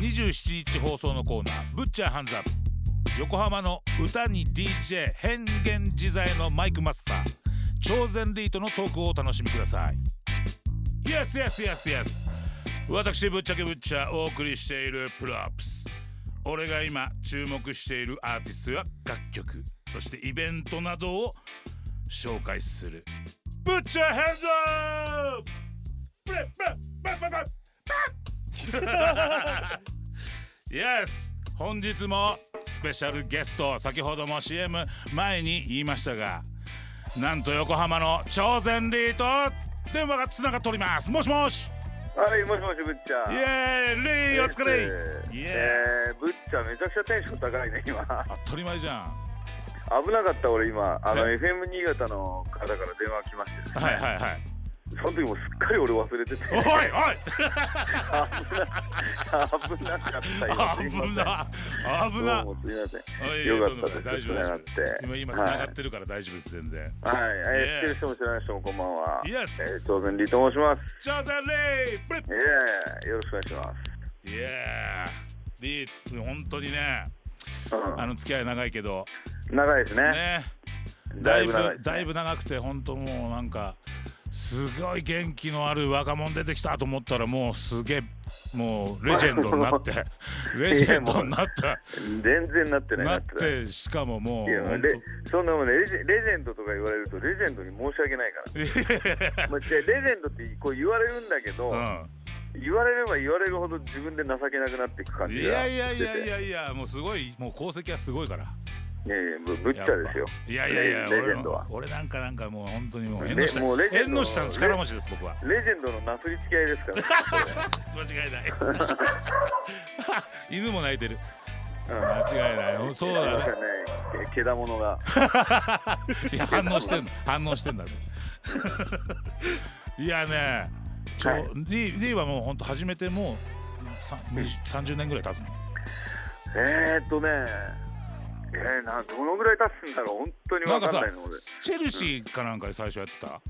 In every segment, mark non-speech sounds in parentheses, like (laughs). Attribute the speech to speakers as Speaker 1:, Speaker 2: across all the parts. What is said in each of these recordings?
Speaker 1: 27日放送のコーナー「ぶっちゃハンズアップ」横浜の歌に DJ 変幻自在のマイクマスター超然リートのトークをお楽しみください Yes yes yes yes 私ぶっちゃけぶっちゃお送りしている「プロアップス」俺が今注目しているアーティストや楽曲そしてイベントなどを紹介する「Put your hands up!」ブレブレブレブレブレブレ Yes! 本日もスペシャルゲスト先ほども CM 前に言いましたがなんと横浜の超前リーと電話がつながっておりますもしもし
Speaker 2: はい、もしもし、ぶっちゃ
Speaker 1: イ。エーイリーお疲れイエーイ
Speaker 2: えー、ぶっちゃめちゃくちゃテンション高いね、今。
Speaker 1: 当たり前じゃん
Speaker 2: 危なかった、俺今。あの、
Speaker 1: え
Speaker 2: FM 新潟の方から電話来まして、
Speaker 1: はいはいはい
Speaker 2: その時もうすっかり俺忘れてて、
Speaker 1: おいおい
Speaker 2: (laughs) 危なかった、今。すいませ
Speaker 1: 危
Speaker 2: ん
Speaker 1: な危な
Speaker 2: どうもすいません。
Speaker 1: あいえいえ
Speaker 2: よかった
Speaker 1: とんでもない大
Speaker 2: です、
Speaker 1: 丈夫
Speaker 2: 繋
Speaker 1: 大
Speaker 2: が
Speaker 1: 丈
Speaker 2: って
Speaker 1: 夫。今今繋
Speaker 2: は
Speaker 1: がってるから大丈夫です全然
Speaker 2: い。はい、え
Speaker 1: Yeah
Speaker 2: ー知ってる人も知らない人もこんばんは。
Speaker 1: Yes
Speaker 2: えー、当然、リと申します。
Speaker 1: ジャザレイプレ
Speaker 2: イエーイ、よろしくお願いしま
Speaker 1: イエーリー本当にね
Speaker 2: す。
Speaker 1: あの付き合い長いけど
Speaker 2: うん、長いですね。
Speaker 1: ねだ
Speaker 2: だ
Speaker 1: い
Speaker 2: い
Speaker 1: ぶ
Speaker 2: ぶ長いですね
Speaker 1: だいぶ長くて本当もうなんかすごい元気のある若者出てきたと思ったらもうすげえもうレジェンドになって
Speaker 2: (laughs)
Speaker 1: レジェンドになった
Speaker 2: 全然なってない、
Speaker 1: なっ
Speaker 2: ない
Speaker 1: てしかもも
Speaker 2: いや
Speaker 1: う本
Speaker 2: レそんなもんねレジレジェンドとか言われるとレジェンドに申し訳ないからまあ、違うレジェンドってこう言われるんだけ
Speaker 1: 当 (laughs)
Speaker 2: ど、
Speaker 1: うん
Speaker 2: 言われれば言われるほど自分で情けなくなっていく感じが
Speaker 1: いやいやいやい
Speaker 2: してて
Speaker 1: やいやもうすごいもう功績はすごいから
Speaker 2: いやいやぶぶっちゃですよ
Speaker 1: いやいやいや
Speaker 2: レレジ
Speaker 1: 俺
Speaker 2: ェンドは
Speaker 1: 俺なんかなんかもう本当にもう
Speaker 2: ね
Speaker 1: 縁の下
Speaker 2: もうレジェン
Speaker 1: 縁
Speaker 2: ドの
Speaker 1: の下の力持ちです僕は (laughs)
Speaker 2: レジェンドのなすりつき合いですから、
Speaker 1: 間違いない (laughs) 犬も泣いてる
Speaker 2: ね
Speaker 1: 間違いないほ (laughs) ん
Speaker 2: う
Speaker 1: そ
Speaker 2: ん、
Speaker 1: うだ
Speaker 2: なんか
Speaker 1: ね
Speaker 2: ねけけだものが
Speaker 1: いや反応してんの反応してんだねいやねちょ、
Speaker 2: はい
Speaker 1: リーリーはもう本当始めてもうさ20 30年ぐらい経つの
Speaker 2: えーっとねえー、などのぐらい経つんだろう本当に
Speaker 1: な
Speaker 2: 分
Speaker 1: んか
Speaker 2: かん
Speaker 1: さ
Speaker 2: ないの俺
Speaker 1: チェルシーかなんかで最初やってた
Speaker 2: いやい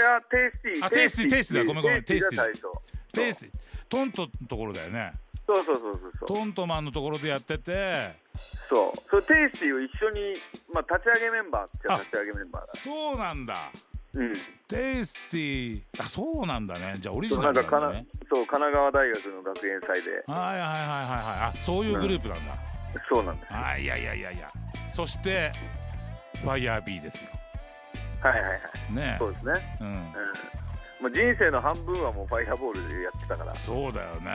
Speaker 2: やテイスティ
Speaker 1: あ
Speaker 2: ー
Speaker 1: テイスティーだごめんごめん
Speaker 2: テイスティーが
Speaker 1: テ
Speaker 2: 最初
Speaker 1: ペーストントのところだよね
Speaker 2: そうそうそうそうそう
Speaker 1: トントマンのところでやってて
Speaker 2: そう、それテイスティを一緒に、まあ、立ち上げメンバーって立ち上げメンバーだ。
Speaker 1: そうなんだ
Speaker 2: うん、
Speaker 1: テイスティーあそうなんだねじゃあオリジ
Speaker 2: そう
Speaker 1: ナ
Speaker 2: なん
Speaker 1: ルな
Speaker 2: か
Speaker 1: ん
Speaker 2: かな
Speaker 1: だ、ね
Speaker 2: そう神奈川大学の学園祭で、
Speaker 1: はいはいはいはいはいあそういうグループなんだ、
Speaker 2: そうなんです。
Speaker 1: あいやいやいやいやそしてファイヤービーですよ
Speaker 2: はいはいはい、
Speaker 1: ね
Speaker 2: そうですね。
Speaker 1: うん
Speaker 2: うん、まあ、人生の半分はもうファイアボールでやってたから。
Speaker 1: そうだよね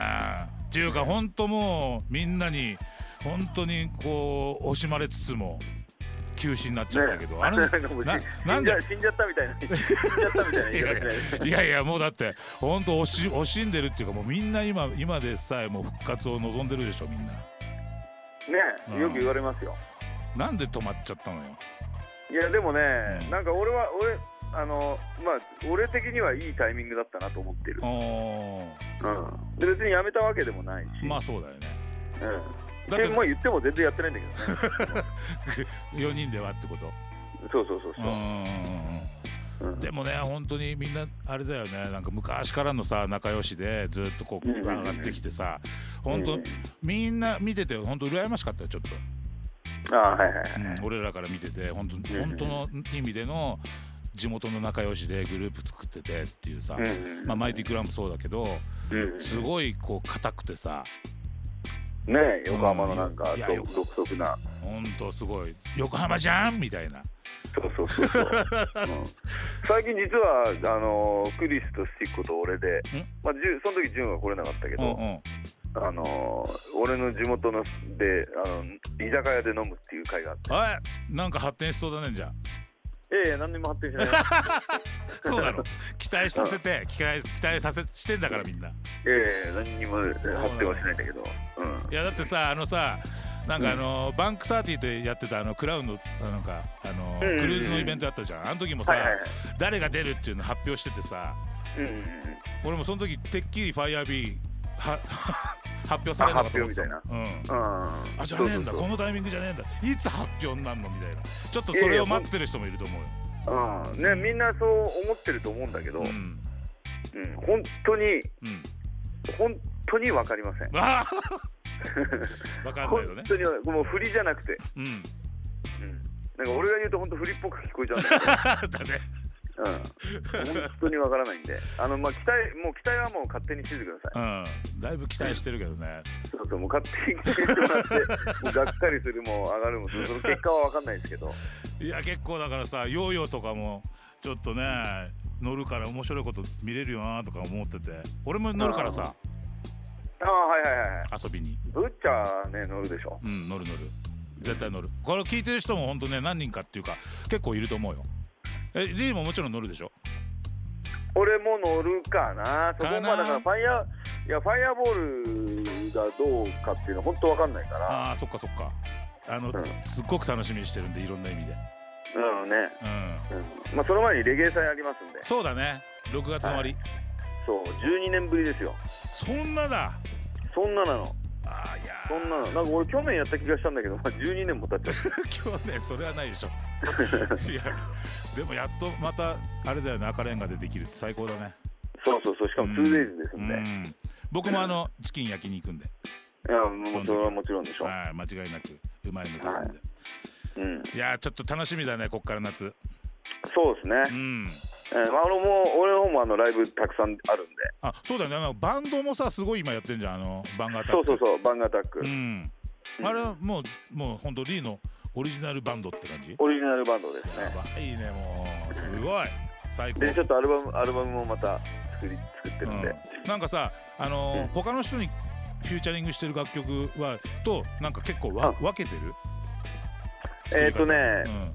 Speaker 1: っていうか本当もうみんなに本当にこう惜しまれつつも休止になっちゃったけど、
Speaker 2: ね (laughs)
Speaker 1: あれ
Speaker 2: なんかもう
Speaker 1: なな
Speaker 2: 死
Speaker 1: ん
Speaker 2: ん
Speaker 1: で
Speaker 2: じゃ死んじゃったみたいな (laughs) 死んじゃったみたいな言い方しないで
Speaker 1: いやいやもうだって本当惜し惜しんでるっていうかもうみんな今今でさえもう復活を望んでるでしょみんなう
Speaker 2: ね
Speaker 1: ん
Speaker 2: よく言われますよ
Speaker 1: なんで止まっちゃったのよ
Speaker 2: いやでもね、
Speaker 1: うん
Speaker 2: なんか俺は俺あのまあ俺的にはいいタイミングだったなと思ってる、
Speaker 1: お
Speaker 2: うん、で別にやめたわけでもないし、
Speaker 1: ーまあそうだよね
Speaker 2: うん
Speaker 1: だっ
Speaker 2: で
Speaker 1: て
Speaker 2: まあ言っても全然やってないんだけどね
Speaker 1: 4人ではってこと
Speaker 2: そうそうそう
Speaker 1: う
Speaker 2: そ
Speaker 1: ん
Speaker 2: う
Speaker 1: うんうん
Speaker 2: う
Speaker 1: うん
Speaker 2: ん
Speaker 1: でもね本当にみんなあれだよねなんか昔からのさ仲良しでずっとこう
Speaker 2: うんうん
Speaker 1: 上
Speaker 2: うん
Speaker 1: がってきてさ本当
Speaker 2: うん
Speaker 1: みんな見てて本当羨ましかったよちょっと、
Speaker 2: ああはいはい
Speaker 1: うん俺らから見てて本当
Speaker 2: うんうん
Speaker 1: 本当の意味での地元の仲良しでグループ作っててっていうさ、
Speaker 2: うん
Speaker 1: まあ、マイティクラもそうだけど
Speaker 2: うん
Speaker 1: すごいこう硬くてさ
Speaker 2: ねえ横浜のなんか
Speaker 1: いやよ
Speaker 2: 独独特な
Speaker 1: ほんとすごい「横浜じゃん!」みたいな
Speaker 2: そうそうそう
Speaker 1: (laughs)
Speaker 2: そう、うん最近実はあのークリスとスティックと俺で
Speaker 1: ん、
Speaker 2: まあ、ジュンその時ジュンは来れなかったけ
Speaker 1: うん
Speaker 2: ど、
Speaker 1: うん
Speaker 2: あのー俺の地元のであの居酒屋で飲むっていう会があって
Speaker 1: あなんか発展しそうだねじゃあ
Speaker 2: いやいや何にも発展しない
Speaker 1: (laughs) そうだろ (laughs) 期待させて期待期待させしてんだからみんない
Speaker 2: やいや何にも発展はしないんだけど、うん、
Speaker 1: いやだってさあのさなんかあのバンクサーティーとやってたあのクラウンのあなんかあのク
Speaker 2: うん
Speaker 1: ルーズのイベントあったじゃんあの時もさ
Speaker 2: はいはいはい
Speaker 1: 誰が出るっていうの発表しててさ
Speaker 2: うんうんうん
Speaker 1: 俺もその時てっきりファイヤービーは (laughs) 発表されるのかと思ってた
Speaker 2: あ発
Speaker 1: うん
Speaker 2: あ
Speaker 1: あじゃねえんだ
Speaker 2: そうそうそう
Speaker 1: このタイミングじゃねえんだいつ発表になるのみたいなちょっとそれを待ってる人もいると思うよ、
Speaker 2: うんね、みんなそう思ってると思うんだけど、う
Speaker 1: うんん
Speaker 2: 本当に
Speaker 1: うん
Speaker 2: 本当に分かりません
Speaker 1: わあ
Speaker 2: (laughs)
Speaker 1: わかんない
Speaker 2: 本
Speaker 1: よね
Speaker 2: 当にもう振りじゃなくて、
Speaker 1: うん (laughs)
Speaker 2: うん、なんか俺が言うと本当振りっぽく聞こえちゃうんだけど
Speaker 1: だね
Speaker 2: うん、本当にわからないんで、あのまあ期待もう期待はもう勝手にしててくださ
Speaker 1: うんだいぶ期待してるけどね
Speaker 2: い。そうそうもう勝手に決めて
Speaker 1: (laughs)
Speaker 2: もらって、もうがっかりするも上がるもその結果はわかんないですけど。
Speaker 1: いや結構だからさヨーヨーとかもちょっとね乗るから面白いこと見れるよなとか思ってて俺も乗るからさ
Speaker 2: ああはいはいはいはい。
Speaker 1: 遊びに
Speaker 2: ブッチャーね乗るでしょ。
Speaker 1: うん乗る乗る絶対乗るこれ聞いてる人もほんとね何人かっていうか結構いると思うよえリーももちろん乗るでしょ
Speaker 2: 俺も乗るかな。そこまでだからファイヤーいやファイヤーボールがどうかっていうのは本当わかんないから。
Speaker 1: ああーそっかそっかあの、
Speaker 2: うん
Speaker 1: すっごく楽しみにしてるんでいろんな意味で
Speaker 2: うんね。
Speaker 1: うん
Speaker 2: うん、まあその前にレゲエ祭ありますんで。
Speaker 1: そうだね6月の終わり、
Speaker 2: そう12年ぶりですよ。
Speaker 1: そんなだ
Speaker 2: そんななの。
Speaker 1: あーいや (laughs)
Speaker 2: そんなの。なんか俺去年やった気がしたんだけど、まあ12年も経っ (laughs) ちゃった。
Speaker 1: 今日ねそれはないで
Speaker 2: (laughs)
Speaker 1: しょいやでもやっとまたあれだよね赤レンガでできるって最高だね
Speaker 2: そうそうそうしかも 2days です
Speaker 1: うん
Speaker 2: で。
Speaker 1: ん僕もあの (laughs) チキン焼きに行くんで
Speaker 2: いやもうそれはもちろんでしょ、
Speaker 1: はい間違いなくうまいのですんで、、
Speaker 2: はいうん、
Speaker 1: やーちょっと楽しみだねこっから夏
Speaker 2: そうですね
Speaker 1: う、ん
Speaker 2: えーまあ、俺も俺の方もあのライブたくさんあるんで
Speaker 1: あそうだよねあのバンドもさすごい今やってんじゃんあのバンガータッ
Speaker 2: そう
Speaker 1: ク
Speaker 2: そうそうバンガータック、
Speaker 1: うんあれはもうもうほんとリーのオリジナルバンドって感じや
Speaker 2: オリジナルバンドですね
Speaker 1: ばいねもうすごい最高
Speaker 2: でちょっとアルバムアルバムもまた作り作ってるんで、
Speaker 1: うん、なんかさ、あのー
Speaker 2: うん
Speaker 1: 他の人にフューチャリングしてる楽曲はとなんか結構わ分けてる
Speaker 2: えーっとね、
Speaker 1: うん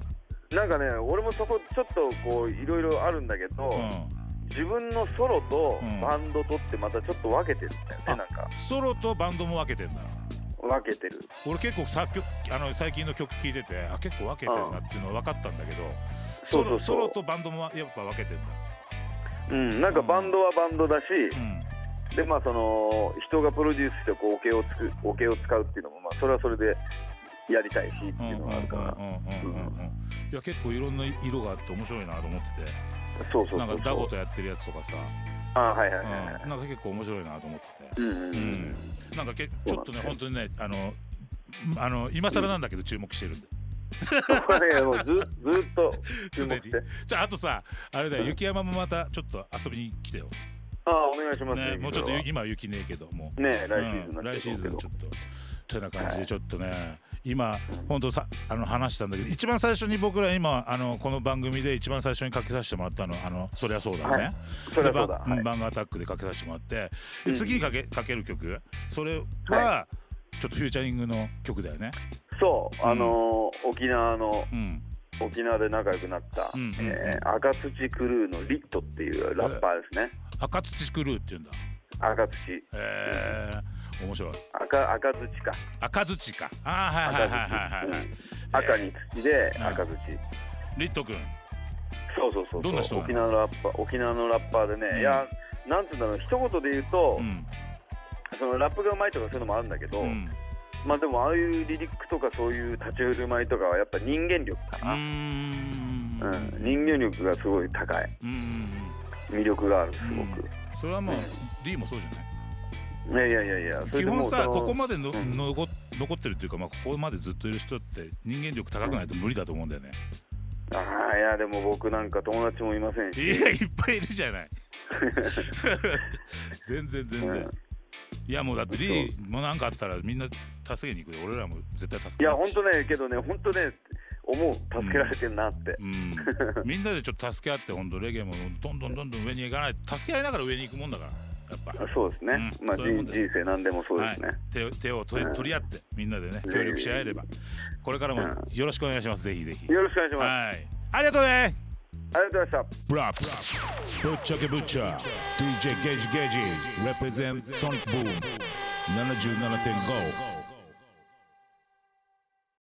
Speaker 2: なんかね俺もそこちょっとこういろいろあるんだけど、
Speaker 1: うん、
Speaker 2: 自分のソロと
Speaker 1: うん
Speaker 2: バンドとってまたちょっと分けてるんだよね、
Speaker 1: あ
Speaker 2: なんか
Speaker 1: ソロとバンドも分けてんだ
Speaker 2: 分けてる
Speaker 1: 俺結構作曲あの最近の曲聴いててあ結構分けてんなっていうのは分かったんだけどソロ
Speaker 2: そうそうそう
Speaker 1: ソロとバンドもやっぱ分けてんだ、
Speaker 2: うんなんかバンドはバンドだし、
Speaker 1: うん、
Speaker 2: でまあその人がプロデュースしてこうオケをつくオケを使うっていうのもまあそれはそれでやりたいしっ
Speaker 1: う
Speaker 2: て
Speaker 1: ん
Speaker 2: いう
Speaker 1: うんうんうん
Speaker 2: うんのがあるから、
Speaker 1: うんいや結構いろんな色があって面白いなと思ってて
Speaker 2: そうそうそう
Speaker 1: なんかダ
Speaker 2: そ
Speaker 1: ゴ
Speaker 2: う
Speaker 1: とやってるやつとかさ、
Speaker 2: あはいはいはいはい
Speaker 1: うん、なんか結構面白いなと思ってて
Speaker 2: うんうん
Speaker 1: う
Speaker 2: う
Speaker 1: んんなんかけ
Speaker 2: そ
Speaker 1: ち
Speaker 2: う
Speaker 1: ょ
Speaker 2: な
Speaker 1: っとね
Speaker 2: んですよ
Speaker 1: 本当にねあのんあの今更なんだけど注目してるんで、
Speaker 2: いや
Speaker 1: (laughs)
Speaker 2: もうずずっと注
Speaker 1: 常
Speaker 2: 目し
Speaker 1: に
Speaker 2: て
Speaker 1: じゃああとさあれだよ
Speaker 2: うん
Speaker 1: 雪山もまたちょっと遊びに来てよ、
Speaker 2: ああお願いしますね
Speaker 1: ね、もうちょっと
Speaker 2: ね
Speaker 1: 今は雪ねえけども
Speaker 2: 来シ
Speaker 1: う
Speaker 2: ーズンに
Speaker 1: ん
Speaker 2: な
Speaker 1: 来
Speaker 2: って
Speaker 1: シ
Speaker 2: る
Speaker 1: ーズ
Speaker 2: と
Speaker 1: ン
Speaker 2: 思う
Speaker 1: ち
Speaker 2: け
Speaker 1: ょっとてな感じ
Speaker 2: は
Speaker 1: で
Speaker 2: い
Speaker 1: ちょっとね、今本当さあの話したんだけど一番最初に僕ら今あのこの番組で一番最初にかけさせてもらったのあのそりゃそうだね、
Speaker 2: はいどそれ
Speaker 1: で
Speaker 2: はそ
Speaker 1: バ
Speaker 2: うだ
Speaker 1: ン
Speaker 2: はい
Speaker 1: バンガーアタックでかけさせてもらってで
Speaker 2: うん
Speaker 1: 次にかけかける曲それは、
Speaker 2: は
Speaker 1: ちょっとフューチャリングの曲だよね。
Speaker 2: そうあのー沖縄の
Speaker 1: うん
Speaker 2: 沖縄で仲良くなった
Speaker 1: うんうんうん
Speaker 2: えー赤土クルーのリットっていうラッパーですね
Speaker 1: 赤土クルーって言うんだ
Speaker 2: 赤土
Speaker 1: えー、面白い
Speaker 2: 赤赤土か
Speaker 1: 赤土かあーはいはいはいはいはい、
Speaker 2: 赤土うん赤に土で
Speaker 1: うん
Speaker 2: 赤土
Speaker 1: リット君
Speaker 2: そうそうそうそう
Speaker 1: どんな人なの
Speaker 2: 沖縄のラッパー沖縄のラッパーでね、
Speaker 1: うん
Speaker 2: いやなんつうんだろう一言で言うと、
Speaker 1: うん
Speaker 2: そのラップがうまいとかそういうのもあるんだけど、
Speaker 1: うん
Speaker 2: まあでもああいうリリックとかそういう立ち振る舞いとかはやっぱ人間力
Speaker 1: う
Speaker 2: か
Speaker 1: ー
Speaker 2: な、
Speaker 1: ん
Speaker 2: うん人間力がすごい高い
Speaker 1: うんうん
Speaker 2: 魅力があるすご
Speaker 1: うん
Speaker 2: く、
Speaker 1: それはもう
Speaker 2: うん
Speaker 1: D もそうじゃない
Speaker 2: いやいやいやいやそれ
Speaker 1: 基
Speaker 2: でも
Speaker 1: 本
Speaker 2: う
Speaker 1: さ
Speaker 2: その
Speaker 1: ここまでの、
Speaker 2: うん
Speaker 1: のこ残ってるというか、まあ、ここまでずっといる人って人間力高くないと無理だと思うんだよね、
Speaker 2: ああいやでも僕なんか友達もいませんし、
Speaker 1: いやいっぱいいるじゃ
Speaker 2: (laughs)
Speaker 1: ない全然全然、
Speaker 2: うん
Speaker 1: いやもうだってリーもなんかあったらみんな助けに行くよ俺らも絶対助
Speaker 2: い
Speaker 1: けに
Speaker 2: や
Speaker 1: 行く
Speaker 2: 本
Speaker 1: し
Speaker 2: 当ねけどね本当ね思う助けられてんなって、
Speaker 1: うん、
Speaker 2: (laughs)
Speaker 1: みんなでちょっと助け合って本当レゲエもどんどんどんどん上に行かないと助け合いながら上に行くもんだからやっぱ
Speaker 2: そうですね、
Speaker 1: うん
Speaker 2: まあ
Speaker 1: そういうもん
Speaker 2: 人
Speaker 1: です
Speaker 2: 人生なんでもそうですね、
Speaker 1: はい、手を手を取り
Speaker 2: うん
Speaker 1: 取り合ってみんなでね協力し合えればこれからも
Speaker 2: う
Speaker 1: よろしくお願いしますぜひぜひ
Speaker 2: よろしくお願いします、
Speaker 1: はいありがとうね
Speaker 2: ありがとうございました
Speaker 3: ブラップスぶっちゃけぶっちゃ DJ ゲージゲージ represent Sonic Boom 77.5